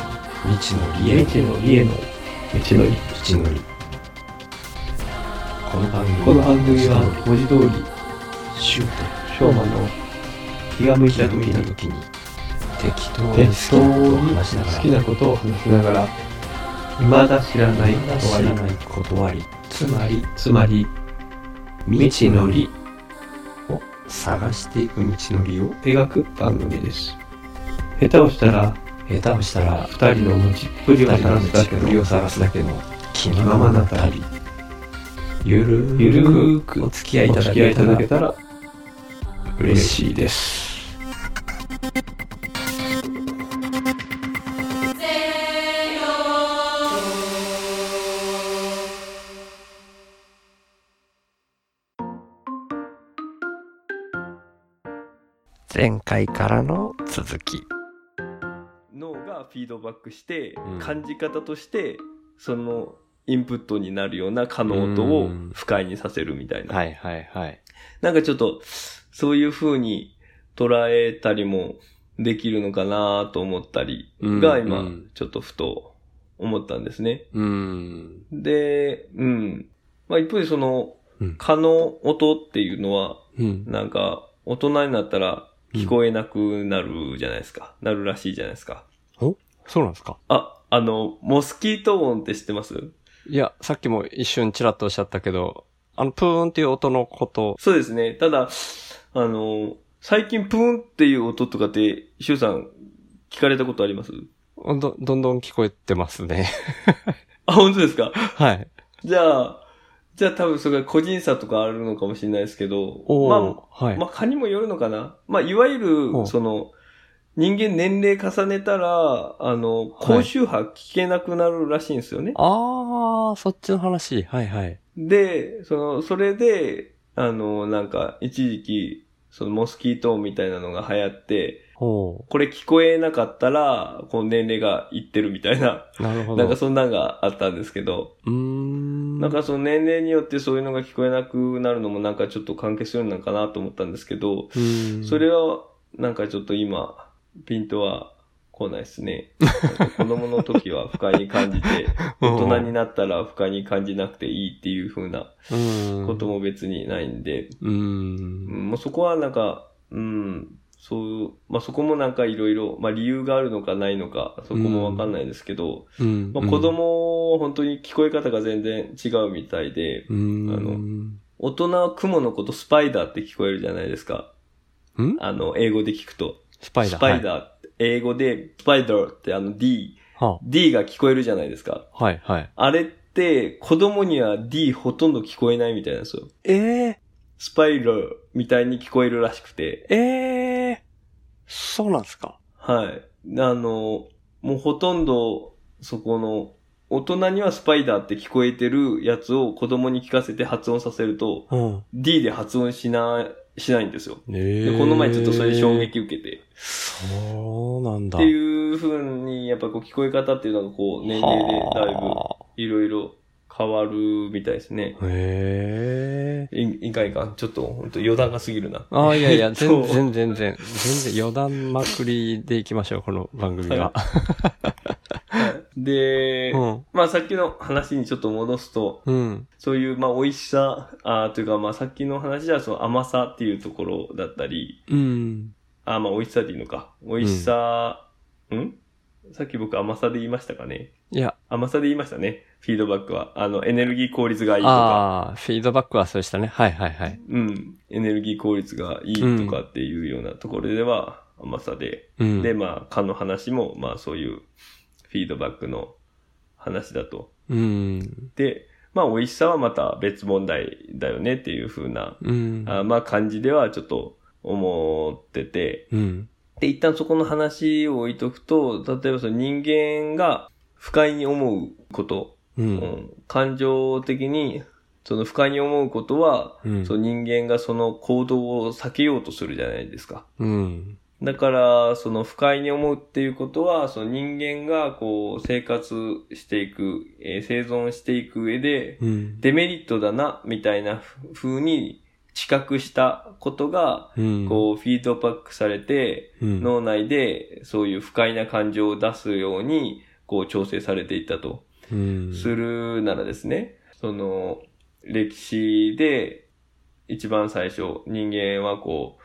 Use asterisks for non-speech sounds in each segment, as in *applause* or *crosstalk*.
道のり家へ道のりへの道のり道のりこの番組この番組は文字通りシュー昭和の気が向いた時見たに時に適当に適当好きになことを話しながら好きなことを話しながら未だ知らない知ら終わない断りつまりりつまり未知のりを探していく道のりを描く番組です下手をしたら下手をしたら二人の持ちっぷりを二人の探すだ道けのりのを探すだけの気のままな旅ゆるゆるーくくお付き合いいおた付だき合けいいたただらけたら嬉嬉ししいいです前回からの続き脳がフィードバックして、うん感じ方としてそのインプットになるような可能音をうん不快にさせるみたいな、はいはいはいなんかちょっとそういう風に捉えたりもできるのかなと思ったりが今、ちょっとふと思ったんですね。うんで、うん。まあ一方でそのうん、可能音っていうのは、うんなんか大人になったら聞こえなくなるじゃないですか。なるらしいじゃないですか。そうなんですかあ、あの、モスキート音って知ってますいや、さっきも一瞬ちらっとおっしゃったけど、あの、プーンっていう音のこと。そうですね。ただ、あの、最近プーンっていう音とかって、シュウさん、聞かれたことありますど、どんどん聞こえてますね。あ、本当ですか *laughs* はい。じゃあ、じゃあ多分それが個人差とかあるのかもしれないですけど、おーまはあ、い。まあ、蚊にもよるのかなまあ、いわゆおる、その、人間年齢重ねたら、あの、高周波聞けなくなるらしいんですよね。あー、そっちの話。はいはい。で、その、それで、あの、なんか、一時期、その、モスキート音みたいなのが流行って、ほこれ聞こえなかったら、この年齢がいってるみたいな、う。なるほど。なんかそんなんがあったんですけど、うーん。なんかその年齢によってそういうのが聞こえなくなるのもなんかちょっと関係するのかなと思ったんですけど、うーん、それは、なんかちょっと今、ピントは来ないですね。子供の時は不快に感じて、大人になったら不快に感じなくていいっていう風なうん、ことも別にないんで、うー。うんんもうそこはなんか、うん、そう、まあ、そこもなんかいろいろ、まあ、理由があるのかないのか、そこもわかんないですけど、うん。まあ、子供、本当に聞こえ方が全然違うみたいで、うん、あの大人はクモのことスパイダーって聞こえるじゃないですか。んあの、英語で聞くと。スパイスダー。パイー。ダーって、英語で、スパイダーってあの D、は D が聞こえるじゃないですか。あ、はいはい。あれって、子供には D ほとんど聞こえないみたいなんですよ。えー、スパイダーみたいに聞こえるらしくて。えー、そうなんですかはい。あの、もうほとんど、そこの、大人にはスパイダーって聞こえてるやつを子供に聞かせて発音させると、うん。 D で発音しな、しないんですよ。えでー、この前ちょっとそれで衝。撃受けて。そうなんだ。っていう風に、やっぱこう聞こえ方っていうのがこう、年齢でだいぶはいろいろ変わるみたいですね。あへえ。いいかんいかん。ちょっと本当余談が過ぎるな。ああ、いやいや、そ全う然、全然、全然、余談まくりでいきましょう、この番組 *laughs* は。はいで、うん。まあさっきの話にちょっと戻すと、うん。そういう、まあ、美味しさ、あーというか、まあ、さっきの話では、その甘さっていうところだったり、うん。あーまあ、美味しさでいいのか。美味しさ、んさっき僕甘さで言いましたかね。いや、甘さで言いましたね。フィードバックは。あの、エネルギー効率がいいとか、ああ、フィードバックはそうでしたね。はいはいはい。うん。エネルギー効率がいいとかっていうようなところでは、甘さで。うん。で、まあ、蚊の話も、まあ、そういうフィードバックの話だと。うん。で、まあ、美味しさはまた別問題だよねっていう風なうん。あまあ感じではちょっと思ってて。うん。で、一旦そこの話を置いとくと、例えばその人間が不快に思うこと、う。うんん、感情的にその不快に思うことは、うんその人間がその行動を避けようとするじゃないですか。うん。だから、その不快に思うっていうことは、その人間がこう生活していく、えー生存していく上で、うん。デメリットだな、みたいな風に知覚したことが、うん、こう、フィードバックされて、うん、脳内でそういう不快な感情を出すように、こう調整されていったとうん。するならですね、その歴史で一番最初人間はこ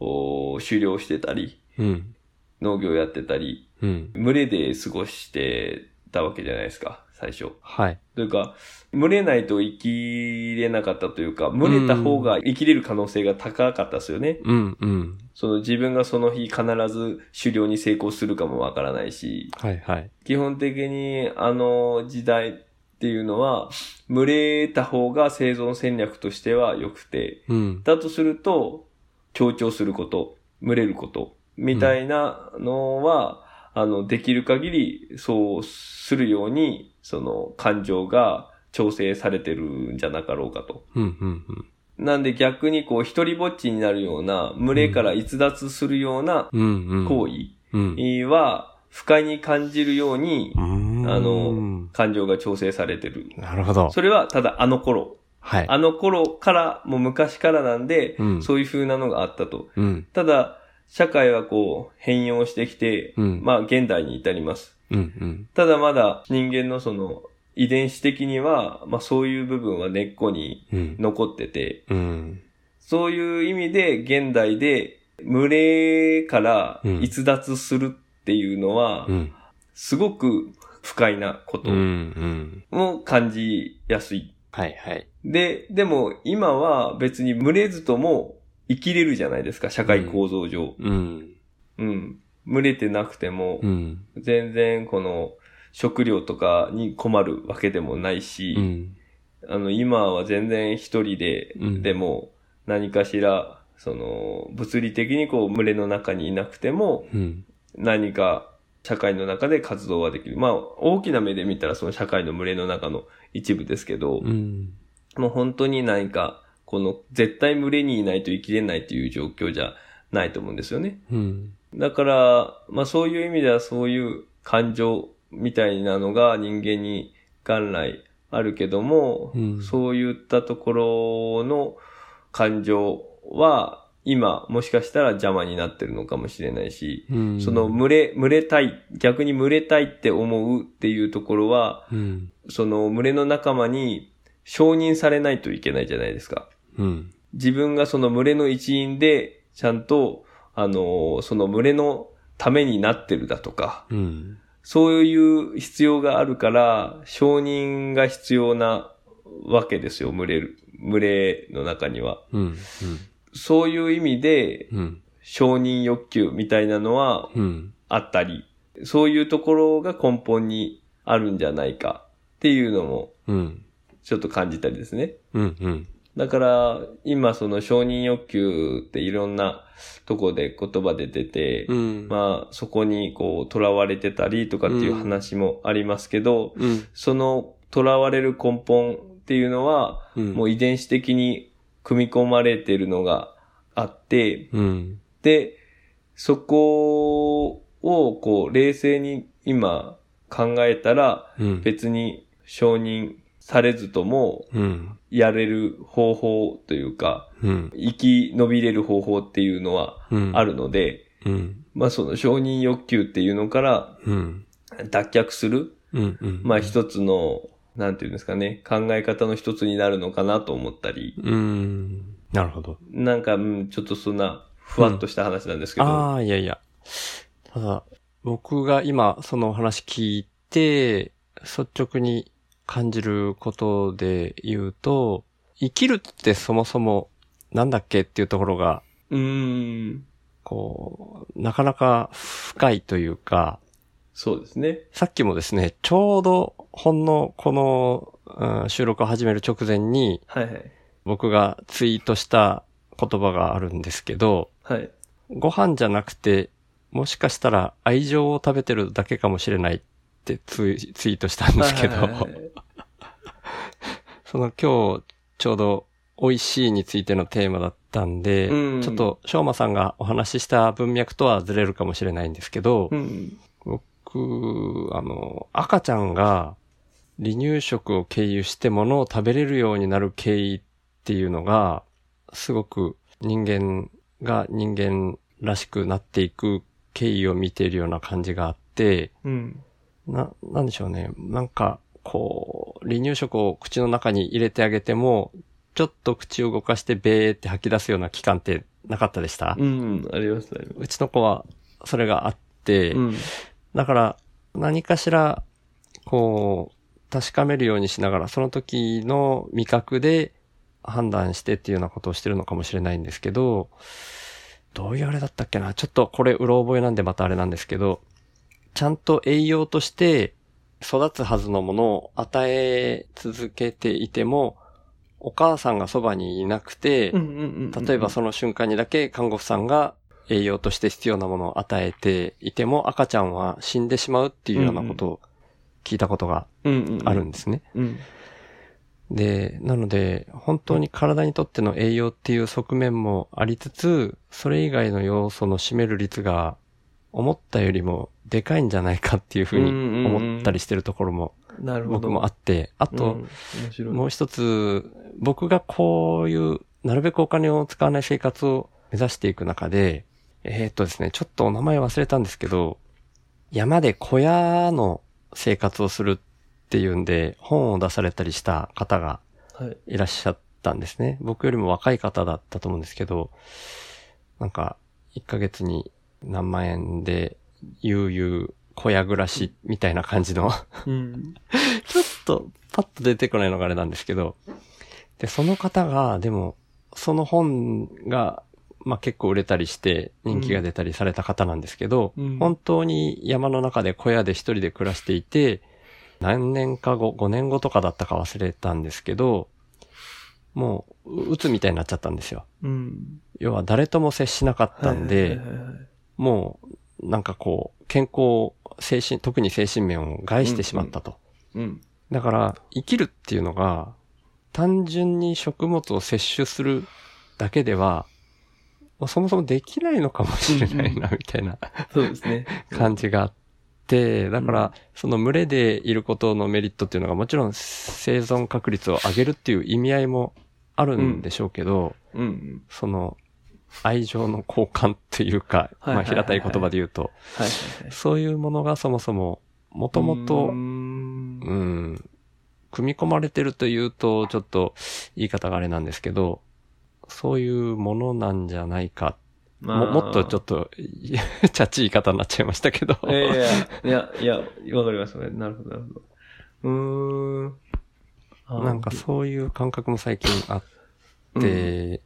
う、お狩猟してたり、うん。農業やってたり、うん。群れで過ごしてたわけじゃないですか、最初。はい。というか、群れないと生きれなかったというか、群れた方が生きれる可能性が高かったですよね。うん、うん。その自分がその日必ず狩猟に成功するかもわからないし、はい、はい。基本的にあの時代っていうのは、群れた方が生存戦略としては良くて、うん。だとすると、強調すること、群れること、みたいなのは、あの、できる限りそうするように、その感情が調整されてるんじゃなかろうかと。うん、うん、うん。なんで逆にこう一人ぼっちになるような、群れから逸脱するようなうん、うん。行為うん。は不快に感じるようにうーんあの、感情が調整されてる。なるほど。それはただあの頃。はい。あの頃からもう昔からなんで、うんそういう風なのがあったと。うん。ただ、社会はこう変容してきて、うんまあ現代に至ります。うん、うん。ただまだ人間のその遺伝子的には、まあそういう部分は根っこにうん。残ってて、うん。そういう意味で現代で群れから逸脱するっていうのは、うん。すごく不快なこうん。うとん。を感じやすい。はい、はい。で、でも今は別に群れずとも生きれるじゃないですか、社会構造上。うん。うん。群れてなくてもう、ん。全然この食料とかに困るわけでもないし、うん。あの、今は全然一人で、うんでも、何かしら、その、物理的にこう、群れの中にいなくても、うん。何か、社会の中で活動はできる。まあ、大きな目で見たら、その社会の群れの中の一部ですけど、うん。もう本当に何か、この、絶対群れにいないと生きれないという状況じゃないと思うんですよね。うん。だから、まあそういう意味ではそういう感情みたいなのが人間に元来あるけども、うんそういったところの感情は今もしかしたら邪魔になってるのかもしれないし、うん。その群れ、群れたい、逆に群れたいって思うっていうところは、うん。その群れの仲間に承認されないといけないじゃないですか。うん。自分がその群れの一員で、ちゃんと、あのーその群れのためになってるだとか、うん。そういう必要があるから、承認が必要なわけですよ、群れる、群れの中には。うん。そういう意味で、うん。承認欲求みたいなのはうん。あったり、そういうところが根本にあるんじゃないかっていうのも、うん。ちょっと感じたりですね。うん。うん。だから、今その承認欲求っていろんなとこで言葉で出て、うん。まあそこにこう囚われてたりとかっていう話もありますけど、うん。その囚われる根本っていうのは、うん。もう遺伝子的に組み込まれているのがあって、うん。で、そこをこう冷静に今考えたら、うん。別に承認されずともうん。やれる方法というか、うん。生き延びれる方法っていうのはうん。あ。るので、うん。まあその承認欲求っていうのからうん。脱却する、うん。うん。まあ一つの、なんていうんですかね、考え方の一つになるのかなと思ったり、うん。なるほど。なんか、うん、ちょっとそんな、ふわっとした話なんですけど、ああ、いやいや。ただ、僕が今そのお話聞いて、率直に感じることで言うと、生きるってそもそもなんだっけっていうところが、うーん、こう、なかなか深いというか、そうですね。さっきもですね、ちょうどほんのこの、うん収録を始める直前にはいはい。僕がツイートした言葉があるんですけど、はい。ご飯じゃなくて、もしかしたら愛情を食べてるだけかもしれないってツイツイートしたんですけど、はいはいはいその今日ちょうど美味しいについてのテーマだったんで、うんちょっと翔馬さんがお話しした文脈とはずれるかもしれないんですけど、うん。僕、あの、赤ちゃんが離乳食を経由して物を食べれるようになる経緯っていうのが、すごく人間が人間らしくなっていく経緯を見ているような感じがあって、うん。な、なんでしょうね。なんか、こう、離乳食を口の中に入れてあげても、ちょっと口を動かしてベーって吐き出すような期間ってなかったでした、うん、あります、ありまうちの子はそれがあって、す。うん。だから、何かしら、こう、確かめるようにしながら、その時の味覚で判断してっていうようなことをしてるのかもしれないんですけど、どういうあれだったっけなちょっとこれ、うろ覚えなんでまたあれなんですけど、ちゃんと栄養として育つはずのものを与え続けていても、お母さんがそばにいなくて、うんうんうんうん例えばその瞬間にだけ看護婦さんが栄養として必要なものを与えていても赤ちゃんは死んでしまうっていうようなことを聞いたことがうんうんうんあるんですね。うん。で、なので本当に体にとっての栄養っていう側面もありつつ、それ以外の要素の占める率が思ったよりもでかいんじゃないかっていうふうに思ったりしてるところもなるほど。僕もあって、あうんと、面白い。もう一つ、僕がこういう、なるべくお金を使わない生活を目指していく中で、えーっとですね、ちょっとお名前忘れたんですけど、山で小屋の生活をするっていうんで、本を出されたりした方がはい。いらっしゃったんですね。僕よりも若い方だったと思うんですけど、なんか、1ヶ月に何万円で、悠々小屋暮らしみたいな感じのうん。ちょっとパッと出てこないのがあれなんですけど、で、その方が、でも、その本が、まあ、結構売れたりして人気が出たりされた方なんですけど、うん本当に山の中で小屋で一人で暮らしていて、何年か後、5年後とかだったか忘れたんですけど、もう、うつみたいになっちゃったんですよ。うん。要は誰とも接しなかったんで、はいはいはいはいもう、なんかこう、健康、精神、特に精神面を害してしまったと。うん。だから、生きるっていうのが、単純に食物を摂取するだけでは、まあそもそもできないのかもしれないな、みたいなそうですね。感じがあって、だから、その群れでいることのメリットっていうのが、もちろん生存確率を上げるっていう意味合いもあるんでしょうけど、うんうん。その、愛情の交換っていうか、はいはいはいまあ平たい言葉で言うと、はいはいはい。そういうものがそもそも、もともとうーんうん、組み込まれてるというと、ちょっと言い方があれなんですけど、そういうものなんじゃないか。ももっとちょっと、 *laughs* いチャチい言い方になっちゃいましたけど。いやいやいや、いや、わかりますね。なるほど、なるほど。うーんあ *laughs* ー。なんかそういう感覚も最近あうっん、て、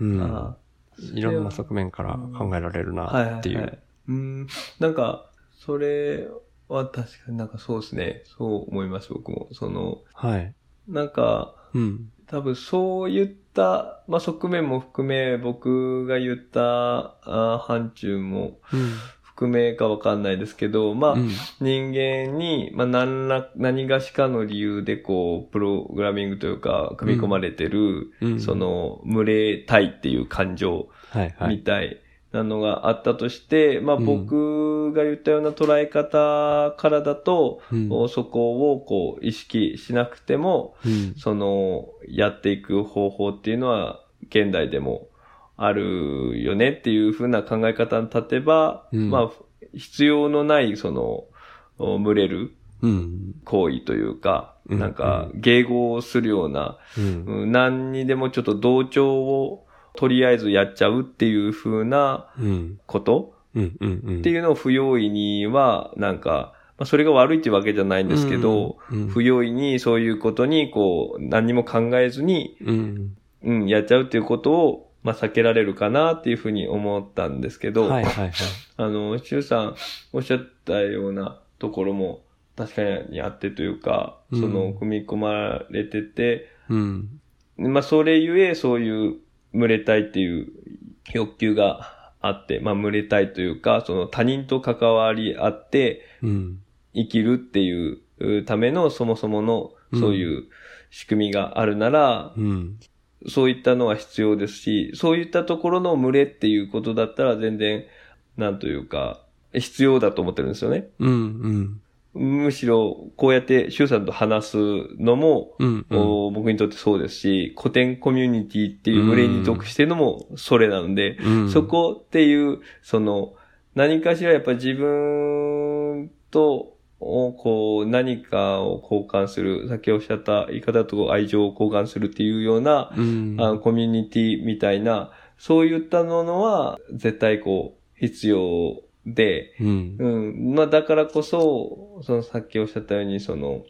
うん、あーいろんな側面から考えられるなっていはいはう。いはい、うん。なんか、それは確かになんかそうですね。そう思います、僕も。その、はい。なんか、うん。多分そういった、まあ、側面も含め、僕が言った、あー範疇もうん。含めかわかんないですけど、まあ、うん人間に、まあ、何ら、何がしかの理由で、こう、プログラミングというか、組み込まれてる、うんその、群れたいっていう感情はいはみい。たいなのがあったとして、まあ、うん僕が言ったような捉え方からだと、うんそこを、こう、意識しなくても、うんその、やっていく方法っていうのは、現代でもあるよねっていう風な考え方に立てば、うんまあ、必要のない、その、お群れるうん。行為というか、うんなんか、迎合をするような、うん。うん何にでもちょっと同調を、とりあえずやっちゃうっていう風なうん。ことうん。うん。うん。ってういうのを不用意には、なんか、まあ、それが悪いっていうわけじゃないんですけど、ん、うん不用意にそういうことに、こう、何も考えずに、うん。うん、やっちゃうっていうことを、まあ、避けられるかなっていうふうに思ったんですけど、はいはいはい。あの、シュウさんおっしゃったようなところも確かにあってというか、うんその、組み込まれてて、うん。まあ、それゆえ、そういう、群れたいっていう欲求があって、まあ、群れたいというか、その他人と関わりあって、うん。生きるっていううためのそもそものうんそういう仕組みがあるなら、うん。そういったのは必要ですし、そういったところの群れっていうことだったら全然、なんというか、必要だと思ってるんですよね。うん。むしろ、こうやって、シュウさんと話すのも、うん。うん。お僕にとってそうですし、古典コミュニティっていう群れに属してるのもそれなので、うん。そこっていう、その、何かしらやっぱり自分とをこう何かを交換する、さっきおっしゃった言い方だと愛情を交換するっていうような、うんあのコミュニティみたいな、そういったものは絶対こう必要で、うん。うん。まあだからこそ、そのさっきおっしゃったように、その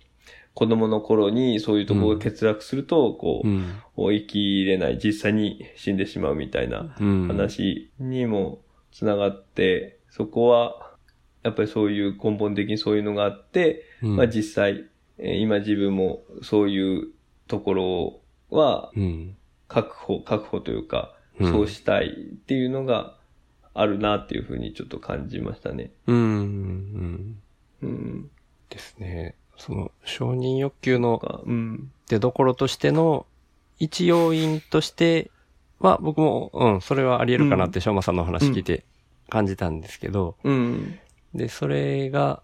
子供の頃にそういうところが欠落すると、こうう、ん。生きれない、実際に死んでしまうみたいなうん。話にもつながって、そこは、やっぱりそういう根本的にそういうのがあって、うん、まあ実際、えー今自分もそういうところはうん。確保、確保というか、うんそうしたいっていうのがあるなっていうふうにちょっと感じましたね。うん。うん。うん。ですね。その、承認欲求のかうん。出どころとしての一要因としては、僕も、うん、それはあり得るかなって、翔馬さんのお話聞いて感じたんですけど、 *laughs* うん。で、それが、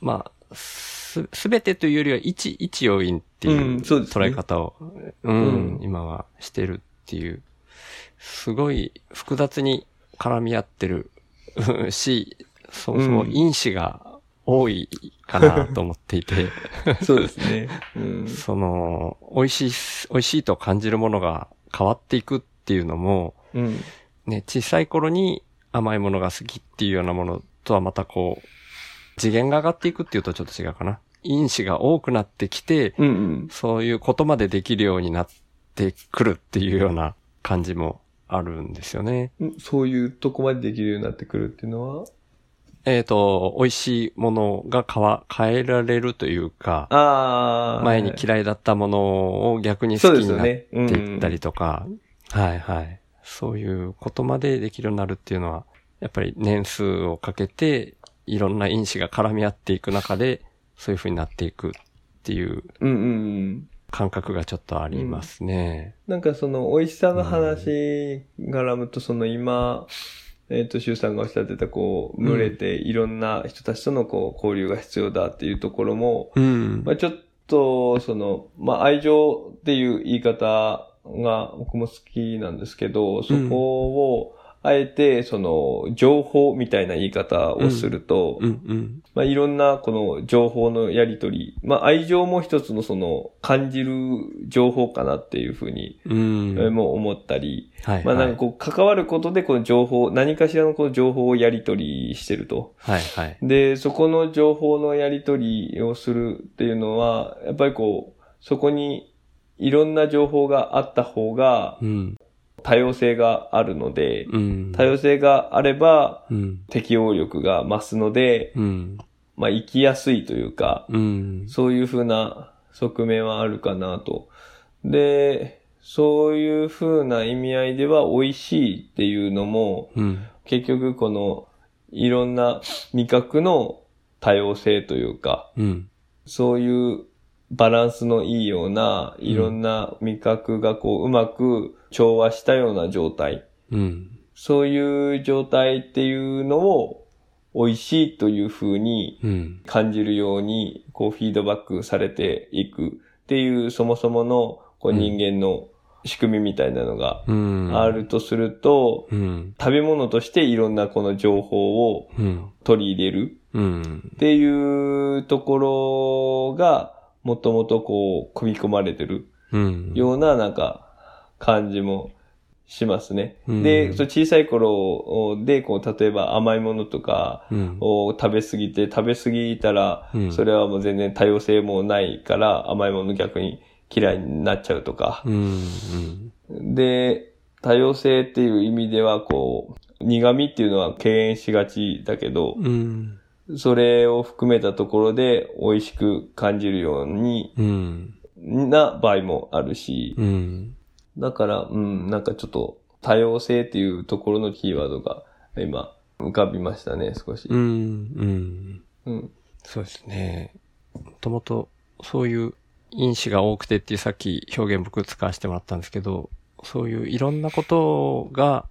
まあ、す、すべてというよりは一、一要因っていううんそうです捉ねえ方を、うん今はしてるっていう、すごい複雑に絡み合ってる *laughs* し、そもそもうん因子が多いかなと思っていて、そうですね。うん。その、美味しい、美味しいと感じるものが変わっていくっていうのも、うん。ね、小さい頃に甘いものが好きっていうようなものとはまたこう、次元が上がっていくっていうとちょっと違うかな。因子が多くなってきて、うんうん。そういうことまでできるようになってくるっていうような感じもあるんですよね。うんそういうとこまでできるようになってくるっていうのはえっ、と、美味しいものが変わ、変えられるというか、ああ。前に嫌いだったものを逆に好きになっね。うんっていったりとか、はいはい。そういうことまでできるようになるっていうのは、やっぱり年数をかけて、いろんな因子が絡み合っていく中で、そういう風になっていくっていううんうんうん。感覚がちょっとありますね。なんかその美味しさの話絡むと、その今、えっ、と、シュウさんがおっしゃってた、こう、うん群れていろんな人たちとのこう、交流が必要だっていうところも、うんま。あちょっと、その、まあ愛情っていう言い方が僕も好きなんですけど、そこを、あえて、その、情報みたいな言い方をすると、うんうん。まあ、いろんなこの情報のやりとり、まあ、愛情も一つのその感じる情報かなっていうふうに、うん。えーもう思ったり、はい、はい。まあ、なんかこう関わることでこの情報、何かしらのこの情報をやりとりしてると。はいはい。で、そこの情報のやりとりをするっていうのは、やっぱりこう、そこにいろんな情報があった方がうん。多様性があるので、うん。多様性があればうん。適応力が増すので、うん。まあ、生きやすいというか、うん。そういうふうな側面はあるかなと。で、そういうふうな意味合いでは美味しいっていうのも、うん。結局このいろんな味覚の多様性というか、うん。そういうバランスのいいような、いろんな味覚がこううまく調和したような状態。うん。そういう状態っていうのを美味しいというふうにうん。感じるように、こう、フィードバックされていくっていう、そもそもの、こう、うん人間の仕組みみたいなのがうん。あ。るとすると、うん。食べ物としていろんなこの情報をうん。取り入れるうんっ。ていうところが、もともとこう、組み込まれてるうん。ような、なんか、感じもしますね。うんで、そう小さい頃で、こう、例えば甘いものとか、うん。を食べ過ぎて、食べ過ぎたらう、んそれはもう全然多様性もないから、甘いもの逆に嫌いになっちゃうとかう。ん。で、多様性っていう意味では、こう、苦味っていうのは敬遠しがちだけど、うん。それを含めたところで美味しく感じるようにうん。な場合もあるし、うん。だから、うん、なんかちょっと多様性っていうところのキーワードが今浮かびましたね、少しう。ん。うん。うん。そうですね。もともと、そういう因子が多くてっていうさっき表現僕使わせてもらったんですけど、そういういろんなことが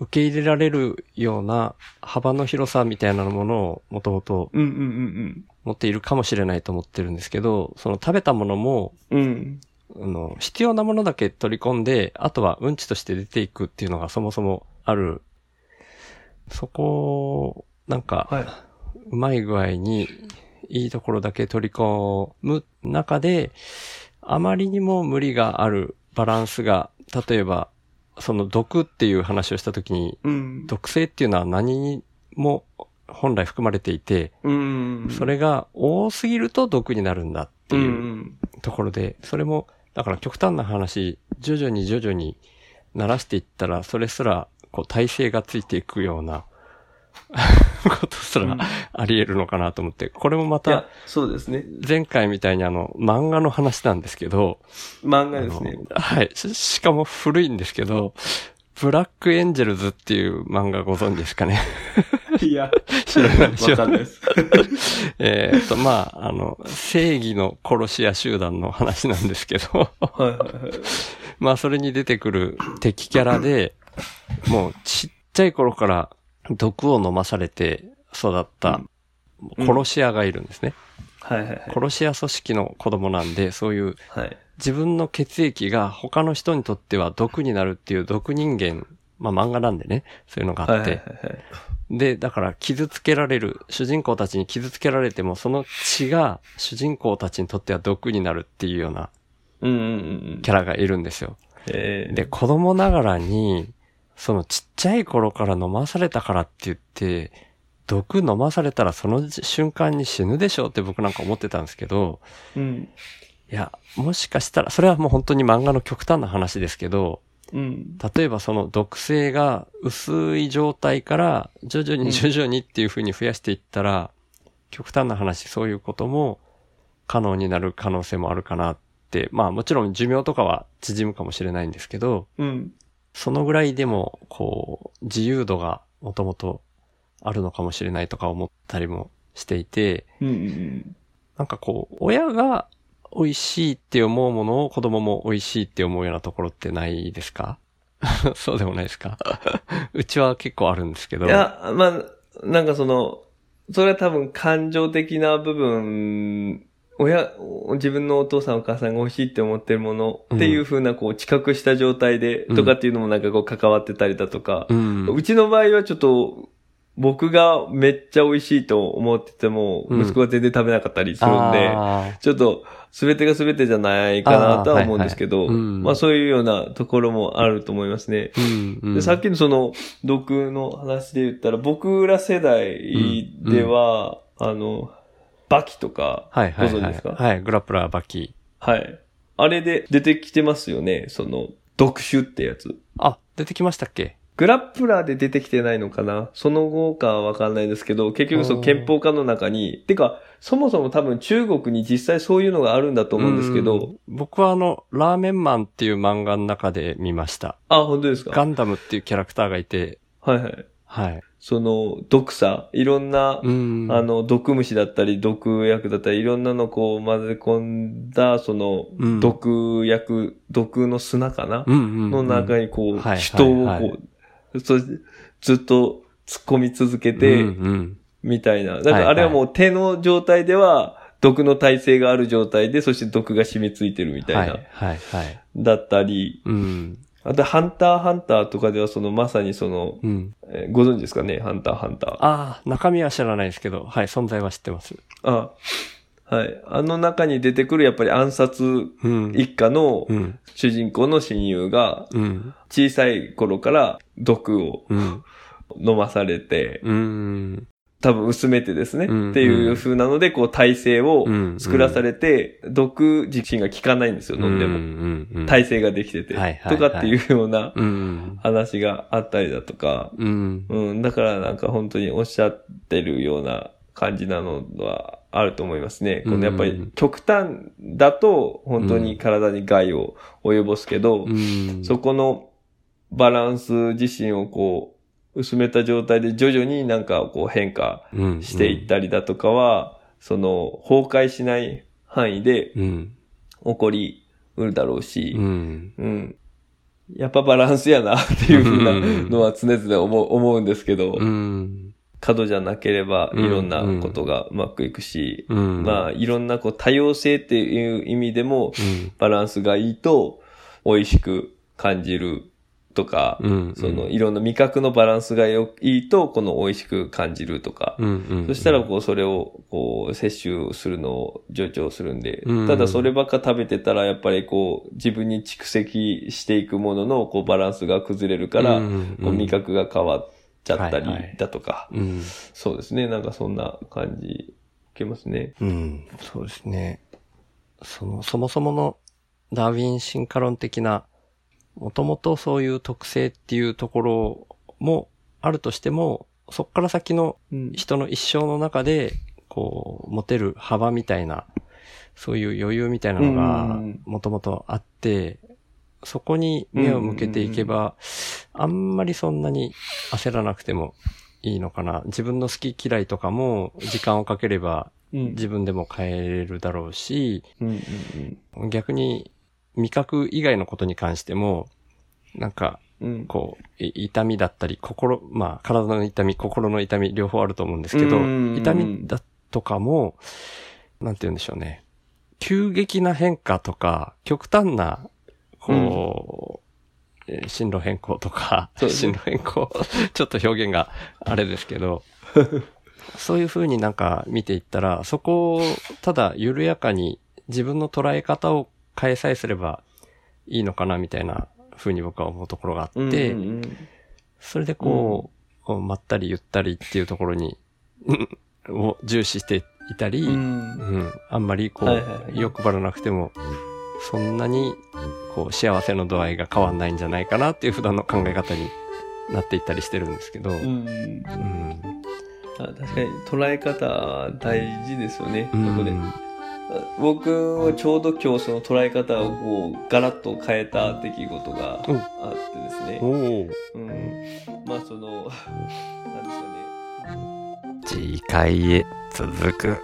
受け入れられるような幅の広さみたいなものをもともとうんうん持っているかもしれないと思ってるんですけど、その食べたものも、うんうん。うん。あの、必要なものだけ取り込んで、あとはうんちとして出ていくっていうのがそもそもある。そこを、なんか、はいうまい具合にいいところだけ取り込む中で、あまりにも無理があるバランスが、例えば、その毒っていう話をしたときに、うん。毒性っていうのは何にも本来含まれていて、うん。それが多すぎると毒になるんだっていううんところで、それも、だから極端な話、徐々に徐々に慣らしていったら、それすら、こう、体勢がついていくような、 *laughs* ことすうん。らあり得るのかなと思って、これもまいやた、、そうですね。前回みたいにあの、漫画の話なんですけど、漫画ですね。あのはい。ししかも古いんですけど、ブラックエンジェルズっていう漫画ご存知ですかね。 *laughs* いや、知らないでしょわかんないです。えーっと、まあ、あの、正義の殺し屋集団の話なんですけど、はいはいはい。まあ、それに出てくる敵キャラで、もうちっちゃい頃から毒を飲まされて育ったうん殺し屋がいるんですね。はいはいはい。殺し屋組織の子供なんで、そういうはい。自分の血液が他の人にとっては毒になるっていう毒人間、まあ漫画なんでね、そういうのがあって、はいはいはいはい。で、だから傷つけられる、主人公たちに傷つけられても、その血が主人公たちにとっては毒になるっていうようなうんうんうん。キャラがいるんですよ。えーで、子供ながらに、そのちっちゃい頃から飲まされたからって言って、毒飲まされたらその瞬間に死ぬでしょうって僕なんか思ってたんですけど、うん。いや、もしかしたら、それはもう本当に漫画の極端な話ですけど、うん。例えばその毒性が薄い状態から徐々に徐々にっていう風に増やしていったら、極端な話そういうことも可能になる可能性もあるかなって、まあもちろん寿命とかは縮むかもしれないんですけど、うん。そのぐらいでもこう自由度がもともとあるのかもしれないとか思ったりもしていて、うんうんなんかこう親が美味しいって思うものを子供も美味しいって思うようなところってないですか *laughs* そうでもないですか *laughs* うちは結構あるんですけうど。ん。いや、まあ、なんかその、それは多分感情的な部分、親、自分のお父さんお母さんが欲しいって思ってるものっていう風なこう知覚した状態でうんとかっていうのもなんかこう関わってたりだとかう、ん。うちの場合はちょっと、僕がめっちゃ美味しいと思ってても、うん息子が全然食べなかったりするんで、あーちょっと、すべてがすべてじゃないかなとは思うんですけあーど、はいはいうんまあそういうようなところもあると思いますね。うん、うんでさっきのその、毒の話で言ったら、僕ら世代では、あの、バキとか、はいはい、はい。ご存知ですかはい、グラップラーバキ。はい。あれで出てきてますよね、その、毒種ってやつ。あ、出てきましたっけグラップラーで出てきてないのかなその後かはわかんないですけど、結局その憲法下の中に、てか、そもそも多分中国に実際そういうのがあるんだと思うんですけど、うん僕はあの、ラーメンマンっていう漫画の中で見ました。あ、本当ですかガンダムっていうキャラクターがいて、はいはい。はい。その、毒さ、いろんな、うん。あの、毒虫だったり、毒薬だったり、いろんなのこう混ぜ込んだ、その、うん毒薬、毒の砂かな、うんうんうん、の中にこう、はいはい人をこう、はいそずっと突っ込み続けて、うんうんみたいな。だかはいらはいあれはもう手の状態では、毒の耐性がある状態で、そして毒が染みついてるみたいな、はい、はい、はい。だったり、うん。あと、ハンターハンターとかでは、その、まさにその、うん。えーご存知ですかね、ハンターハンター。ああ、中身は知らないですけど、はい、存在は知ってます。あ、はい。あの中に出てくる、やっぱり暗殺うん。一家のうん。主人公の親友が、うん。小さい頃から毒をうん。飲まされて、うん。多分薄めてですね、うんっていう風なので、こう、体制をうん作らされて、毒自身が効かないんですよ、飲んでうも。ん。うん。体制ができてて、はいはいとかっていうようなうん。話があったりだとか、うん。うん、だからなんか本当におっしゃってるような感じなのはあると思いますね。こうんのやっぱり極端だと本当に体に害を及ぼすけど、うん。そこのバランス自身をこう薄めた状態で徐々になんかこう変化うん。していったりだとかは、その崩壊しない範囲でうん。起こりうるだろうし、うん。うん。やっぱバランスやなっていうふうなのは常々思う思うんですけど、うん。角じゃなければいうんろんなことがうまくいくし、うん。まあいろんなこう多様性っていう意味でもうん。バランスがいいと美味しく感じるとか、うん。その、いろんな味覚のバランスがよ、いいと、この美味しく感じるとか、うん、うん。そしたら、こう、それを、こう、摂取するのを助長するんでうん、ただそればっか食べてたら、やっぱりこう、自分に蓄積していくものの、こう、バランスが崩れるから、うんうんこう味覚が変わっちゃったはいはいりだとか、うん。そうですね、なんかそんな感じ、受けますね。うん。そうですね。その、そもそものダーウィン進化論的な、もともとそういう特性っていうところもあるとしても、そっから先のうん人の一生の中で、こう、持てる幅みたいな、そういう余裕みたいなのうがん、もともとあって、そこに目を向けていけば、あんまりそんなに焦らなくてもいいのかな。自分の好き嫌いとかも、時間をかければうん自分でも変えれるだろうし、うんうんうん逆に味覚以外のことに関しても、なんか、うんこう、い痛みだったり、心、まあ、体の痛み、心の痛み、両方あると思うんですけどうんうんう、ん痛みだとかも、なんて言うんでしょうね。急激な変化とか、極端な、こう、えー進路変更とか、そうです進ね路変更、 *laughs* ちょっと表現があれですけど、そういう風になんか見ていったら、そこをただ緩やかに自分の捉え方を変えさえすればいいのかなみたいな風に僕は思うところがあうんうんうんって、それでこう、まったりゆったりっていうところに、 *laughs* うんを重視していたり、うんうんあんまりこう、はいはいはい欲張らなくても、そんなにこう幸せの度合いが変わんないんじゃないかなっていう普段の考え方になっていったりしてるんですけど、うんうんあ確かに捉え方大事ですよね、うんそこで僕はちょうど今日その捉え方をこうガラッと変えた出来事がうんあってですね、おーうん、まあその *laughs* なんですかね次回へ続く。